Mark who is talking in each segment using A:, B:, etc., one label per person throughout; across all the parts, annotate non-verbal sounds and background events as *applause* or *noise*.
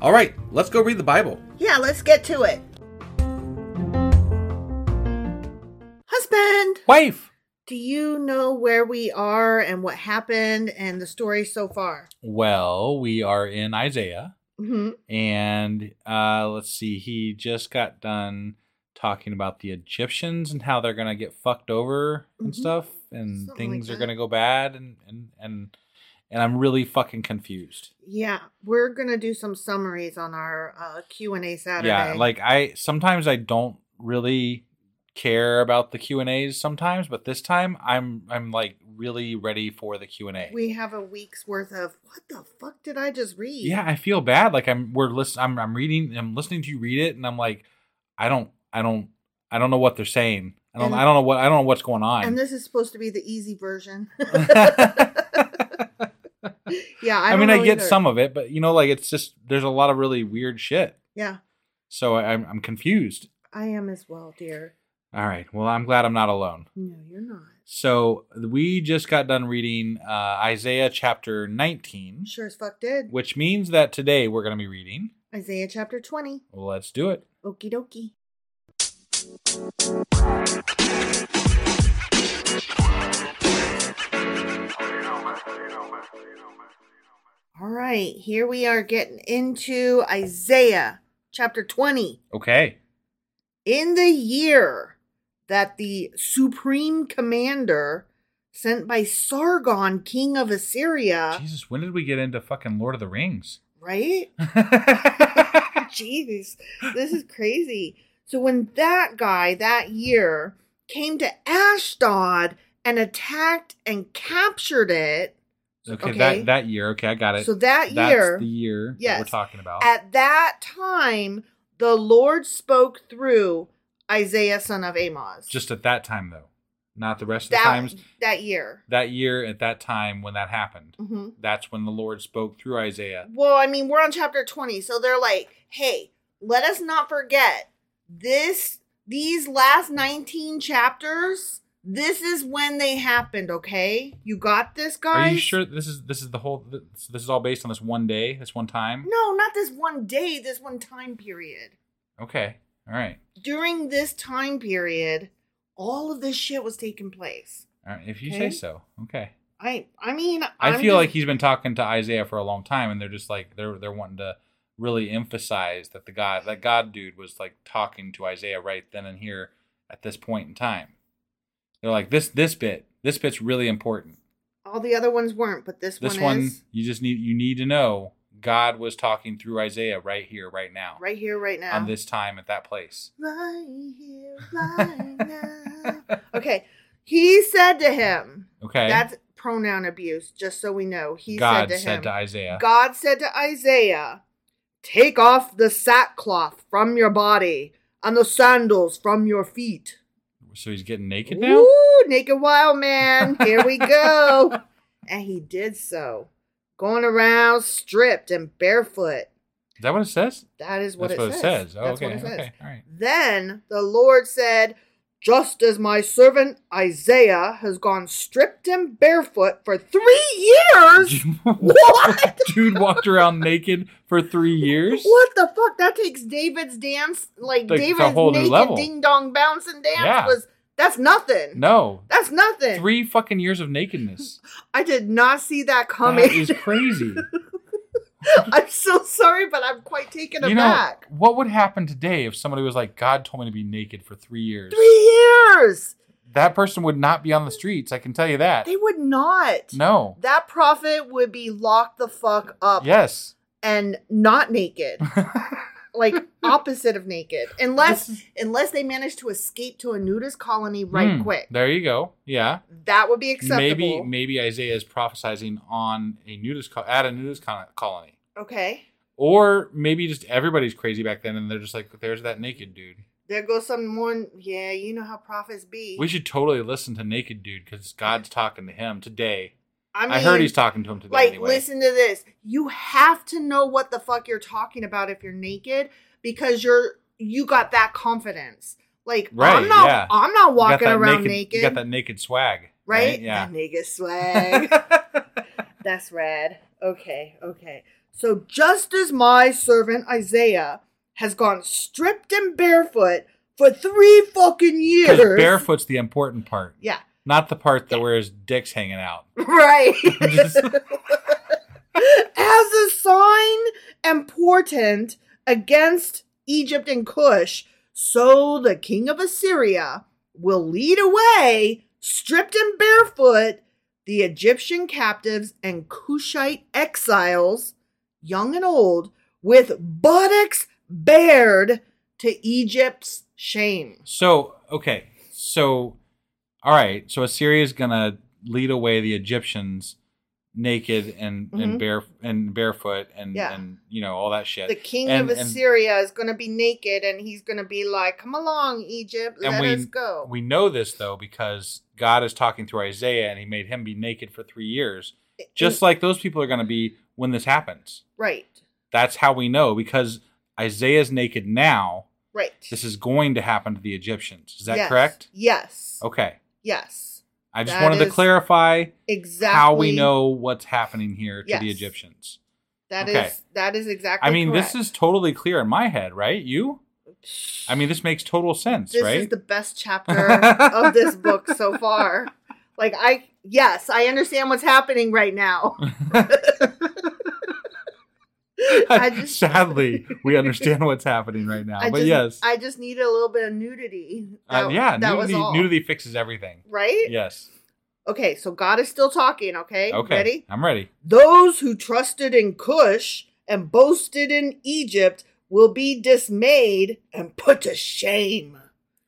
A: All right, let's go read the Bible.
B: Yeah, let's get to it. Husband,
A: Wife!
B: do you know where we are and what happened and the story so far?
A: Well, we are in Isaiah,
B: hmm
A: and uh, let's see, he just got done talking about the Egyptians and how they're gonna get fucked over and
B: Mhm.
A: stuff, and
B: Something like
A: things are
B: that.
A: gonna go bad, and and and and I'm really fucking confused.
B: Yeah, we're gonna do some summaries on our uh, Q and A Saturday.
A: Yeah, like I sometimes I don't really care about the Q and A's sometimes, but this time I'm I'm like really ready for the Q and A.
B: we have a week's worth of what the fuck did I just read?
A: Yeah, I feel bad. Like I'm we're listen I'm I'm reading I'm listening to you read it and I'm like, I don't I don't I don't know what they're saying. I don't
B: And-
A: I don't know what I don't know what's going on. *laughs*
B: and this *laughs* is supposed to be the easy version. yeah, I,
A: I,
B: don't
A: mean I
B: know
A: get
B: either.
A: some of it, but you know, like it's just there's a lot of really weird shit.
B: Yeah,
A: So I, I'm I'm confused.
B: I am as well, dear.
A: All right. Well I'm glad I'm not alone.
B: No, you're not.
A: So we just got done reading uh, Isaiah chapter 19,
B: Sure as fuck did.
A: which means that today we're going to be reading.
B: Isaiah chapter 20.
A: Let's do it.
B: Okie dokie. All right, here we are getting into Isaiah chapter 20.
A: Okay.
B: In the year that the supreme commander sent by Sargon, king of Assyria, Uh. *laughs*
A: Jesus, when did we get into fucking Lord of the Rings?
B: Right? Jeez, this is crazy. So when that guy that year came to Ashdod and attacked and captured it,
A: okay,
B: Okay.
A: that that year. Okay, I got it.
B: so that
A: That's
B: year,
A: the year that
B: Yes.
A: we're talking about.
B: at that time, the Lord spoke through Isaiah son of Amos.
A: Just at that time though, not the rest of
B: that
A: the times.
B: that year.
A: That year at that time when that happened.
B: hmm
A: That's when the Lord spoke through Isaiah.
B: Well, I mean, we're on chapter 20, so they're like, "Hey, let us not forget this these last 19 chapters. This is when they happened, okay? You got this, guys?"
A: Are you sure this is this is the whole this, this is all based on this one day, this one time?
B: No, not this one day, this one time period.
A: Okay. All right.
B: During this time period, all of this shit was taking place.
A: All right. Uh, If you say
B: Okay.
A: so. Okay.
B: I I mean,
A: I
B: I'm
A: feel
B: just-
A: like he's been talking to Isaiah for a long time, and they're just like they're they're wanting to really emphasize that the God that God dude was like talking to Isaiah right then and here at this point in time. They're like this this bit this bit's really important.
B: all the other ones weren't, but this,
A: This
B: one
A: one
B: is
A: you just need you need to know God was talking through Isaiah right here right now
B: right here right now.
A: on this time at that place.
B: right here, right now. *laughs* Okay. He said to him,
A: Okay,
B: that's pronoun abuse, just so we know. He
A: God
B: said to him,
A: Isaiah.
B: God said to Isaiah, Take off the sackcloth from your body and the sandals from your feet.
A: So he's getting naked now.
B: Ooh, naked
A: *laughs*
B: wild man. Here we go. and he did so, going around stripped and barefoot.
A: Is that what it says?
B: That is what,
A: That's
B: it,
A: what it
B: says.
A: says. Oh,
B: That's
A: okay,
B: what it says.
A: okay, all right.
B: Then the Lord said, Just as my servant Isaiah has gone stripped and barefoot for three
A: *laughs*
B: years. *laughs* what?
A: Dude walked around naked for three years.
B: What the fuck? That takes David's dance,
A: Like,
B: like,
A: it's a
B: David's
A: whole new
B: naked
A: level.
B: ding dong bouncing dance
A: Yeah.
B: was. That's nothing.
A: No,
B: That's nothing.
A: three fucking years of
B: *laughs*
A: nakedness.
B: I did not see that coming.
A: That is crazy.
B: *laughs* I'm so sorry, but I'm quite taken
A: you know
B: aback.
A: what would happen today if somebody was like, "God told me to be naked for three years."
B: Three years.
A: That person would not be on the streets. I can tell you that.
B: They would not.
A: no.
B: That prophet would be locked the fuck up
A: yes.
B: and
A: *laughs*
B: not naked. like opposite of naked. Unless unless they managed to escape to a nudist colony right
A: Hmm.
B: quick.
A: There you go. Yeah.
B: That would be
A: Maybe
B: acceptable.
A: maybe Isaiah is prophesizing on a nudist co- at a nudist col- colony.
B: Okay.
A: Or maybe just everybody's crazy back then, and they're just like, "There's that naked dude."
B: There goes some more yeah, you know how prophets be.
A: We should totally listen to Naked Dude because God's talking to him today.
B: I
A: I,
B: mean
A: heard he's talking to him today.
B: Like,
A: anyway.
B: listen to this. You have to know what the fuck you're talking about if you're naked because you're you got that confidence. Like
A: Right,
B: I'm not
A: yeah.
B: I'm not
A: You got
B: walking
A: that
B: around
A: You
B: naked,
A: got that naked swag,
B: right?
A: Yeah.
B: That nigga swag. *laughs* That's rad. Okay, okay. So just as my servant Isaiah has gone stripped and barefoot for three fucking years.
A: *laughs* Because barefoot's the important part,
B: Yeah.
A: not the part that where his dick's hanging out.
B: Right.
A: Just-
B: as a sign and portent against Egypt and Cush, so the king of Assyria will lead away, stripped and barefoot, the Egyptian captives and Cushite exiles, young and old, with buttocks bared to Egypt's shame.
A: So okay, so all right, so Assyria's gonna lead away the Egyptians naked and
B: Mhm.
A: and bare and barefoot and
B: Yeah.
A: and you know all that shit.
B: The king
A: And-
B: of
A: and-
B: Assyria is going to be naked and he's going to be like, Come along, Egypt,
A: and
B: let
A: we,
B: us go.
A: We know this though because God is talking through Isaiah and he made him be naked for three years. Just like those people are going to be when this happens.
B: right,
A: That's how we know because Isaiah's naked now.
B: right.
A: This is going to happen to the Egyptians. Is that
B: Yes,
A: correct?
B: Yes.
A: Okay.
B: Yes.
A: I just
B: That
A: wanted to
B: is
A: clarify
B: Exactly.
A: how we know what's happening here to the
B: Yes.
A: Egyptians.
B: that is
A: okay.
B: that is exactly.
A: I mean,
B: correct.
A: this is totally clear in my head, right? You? I mean, this makes total sense,
B: this
A: right?
B: is the
A: *laughs*
B: best chapter of this book so far. Like I yes, I understand what's happening
A: *laughs*
B: right now.
A: *laughs*
B: I just-
A: Sadly,
B: *laughs*
A: we understand what's happening right now.
B: I
A: but
B: just,
A: yes,
B: I just needed a little bit of nudity.
A: Uh, yeah,
B: that
A: nudity,
B: was all.
A: nudity fixes everything.
B: Right?
A: Yes.
B: Okay, so God is still talking. Okay,
A: Okay.
B: ready?
A: I'm ready.
B: Those who trusted in Cush and boasted in Egypt will be dismayed and put to shame.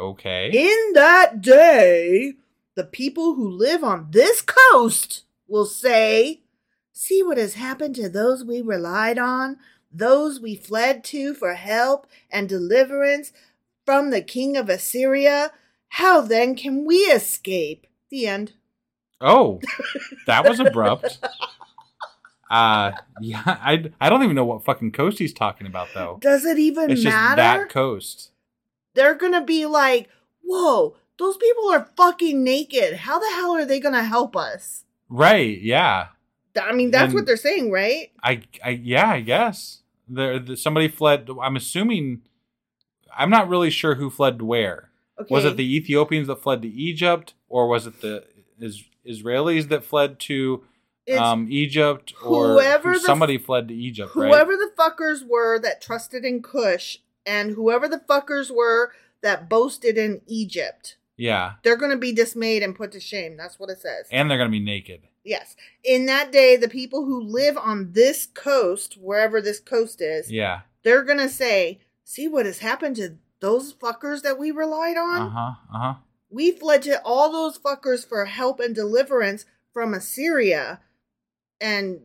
A: Okay.
B: In that day, the people who live on this coast will say, See what has happened to those we relied on, those we fled to for help and deliverance from the king of Assyria. How then can we escape? The end. *laughs*
A: Oh, that was abrupt. Uh, yeah, I, I don't even know what fucking coast he's talking about though.
B: Does it even
A: Oh. it's just
B: matter?
A: that coast.
B: They're going to be like, Whoa, those people are fucking naked. How the hell are they going to help us?
A: Right? Yeah.
B: Th- I mean, that's
A: And-
B: what they're saying, right?
A: I, I yeah, I guess there the, somebody fled. I'm assuming. I'm not really sure who fled to where. Was
B: Okay.
A: it the Ethiopians that fled to Egypt, or was it the is, Israelis that fled to
B: It's
A: um, Egypt, or
B: whoever the-
A: somebody fled to Egypt?
B: whoever
A: right?
B: the fuckers were that trusted in Cush and whoever the fuckers were that boasted in Egypt,
A: Yeah,
B: they're going to be dismayed and put to shame. That's what it says.
A: and they're gonna be naked.
B: yes. In that day, the people who live on this coast, wherever this coast is,
A: Yeah.
B: they're going to say, See what has happened to those fuckers that we relied on?
A: Uh huh. Uh huh.
B: We fled to all those fuckers for help and deliverance from Assyria, and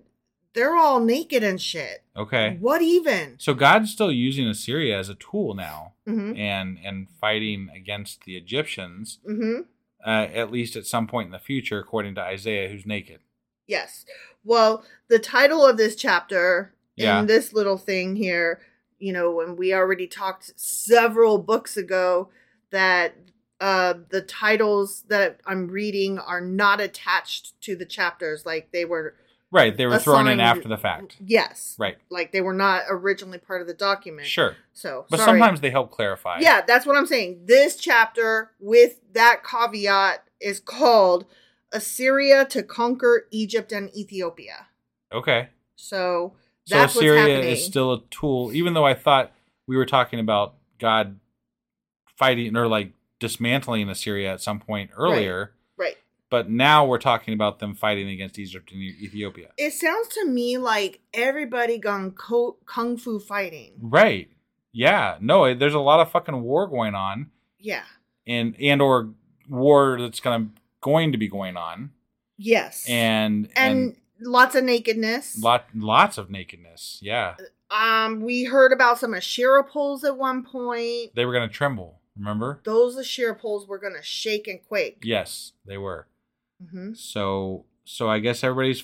B: they're all naked and shit.
A: Okay.
B: What even?
A: So God's still using Assyria as a tool now,
B: Mm-hmm.
A: and and fighting against the Egyptians.
B: Mm-hmm.
A: uh, at least at some point in the future, according to Isaiah, who's naked.
B: Yes. Well, the title of this chapter
A: Yeah.
B: in this little thing here, you know, when we already talked several books ago that uh the titles that I'm reading are not attached to the chapters like they were
A: Right. They were thrown in
B: assigned-
A: after the fact.
B: Yes.
A: Right.
B: Like they were not originally part of the document.
A: Sure.
B: So,
A: But
B: sorry.
A: sometimes they help clarify.
B: Yeah, that's what I'm saying. This chapter with that caveat is called Assyria to conquer Egypt and Ethiopia.
A: Okay.
B: So
A: So
B: that's what's
A: Assyria
B: happening.
A: is still a tool, even though I thought we were talking about God fighting or like dismantling Assyria at some point earlier.
B: right.
A: But now we're talking about them fighting against Egypt and E, Ethiopia.
B: It sounds to me like everybody gone co- kung fu fighting.
A: Right. Yeah. No, there's a lot of fucking war going on.
B: Yeah.
A: And, and or war that's gonna going to be going on
B: Yes.
A: and
B: and lots of nakedness.
A: Lot, lots of nakedness. Yeah,
B: um, we heard about some Asherah poles at one point.
A: they were gonna tremble. Remember?
B: Those Asherah poles were gonna shake and quake.
A: Yes, they were.
B: hmm
A: So, so I guess everybody's,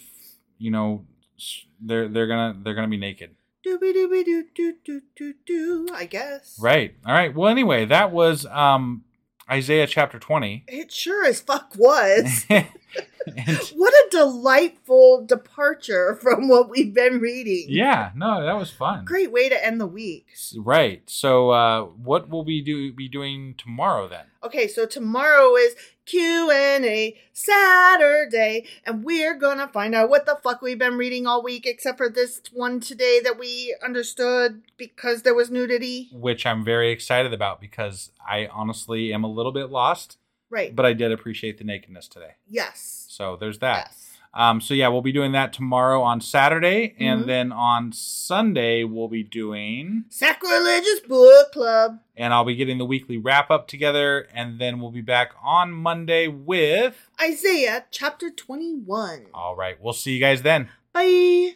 A: you know, s- they're they're gonna they're gonna be naked.
B: Doobie doobie doo doo doo doo doo. I guess.
A: Right. All right. Well, anyway, that was um Isaiah chapter twenty.
B: It sure as fuck was.
A: *laughs*
B: *laughs*
A: And-
B: what a delightful departure from what we've been reading.
A: yeah. No, that was fun.
B: Great way to end the week.
A: Right. So, uh, what will we do be doing tomorrow then?
B: Okay, so tomorrow is Q&A Saturday and we're going to find out what the fuck we've been reading all week except for this one today that we understood because there was nudity.
A: Which I'm very excited about because I honestly am a little bit lost,
B: Right.
A: but I did appreciate the nakedness today.
B: yes.
A: So there's that.
B: Yes.
A: Um, so yeah, we'll be doing that tomorrow on Saturday,
B: Mhm.
A: and then on Sunday we'll be doing,
B: Sacrilegious book club.
A: and I'll be getting the weekly wrap up together, and then we'll be back on Monday with.
B: Isaiah chapter 21.
A: All right, we'll see you guys then.
B: Bye.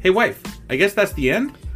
A: Hey, wife. I guess that's the end.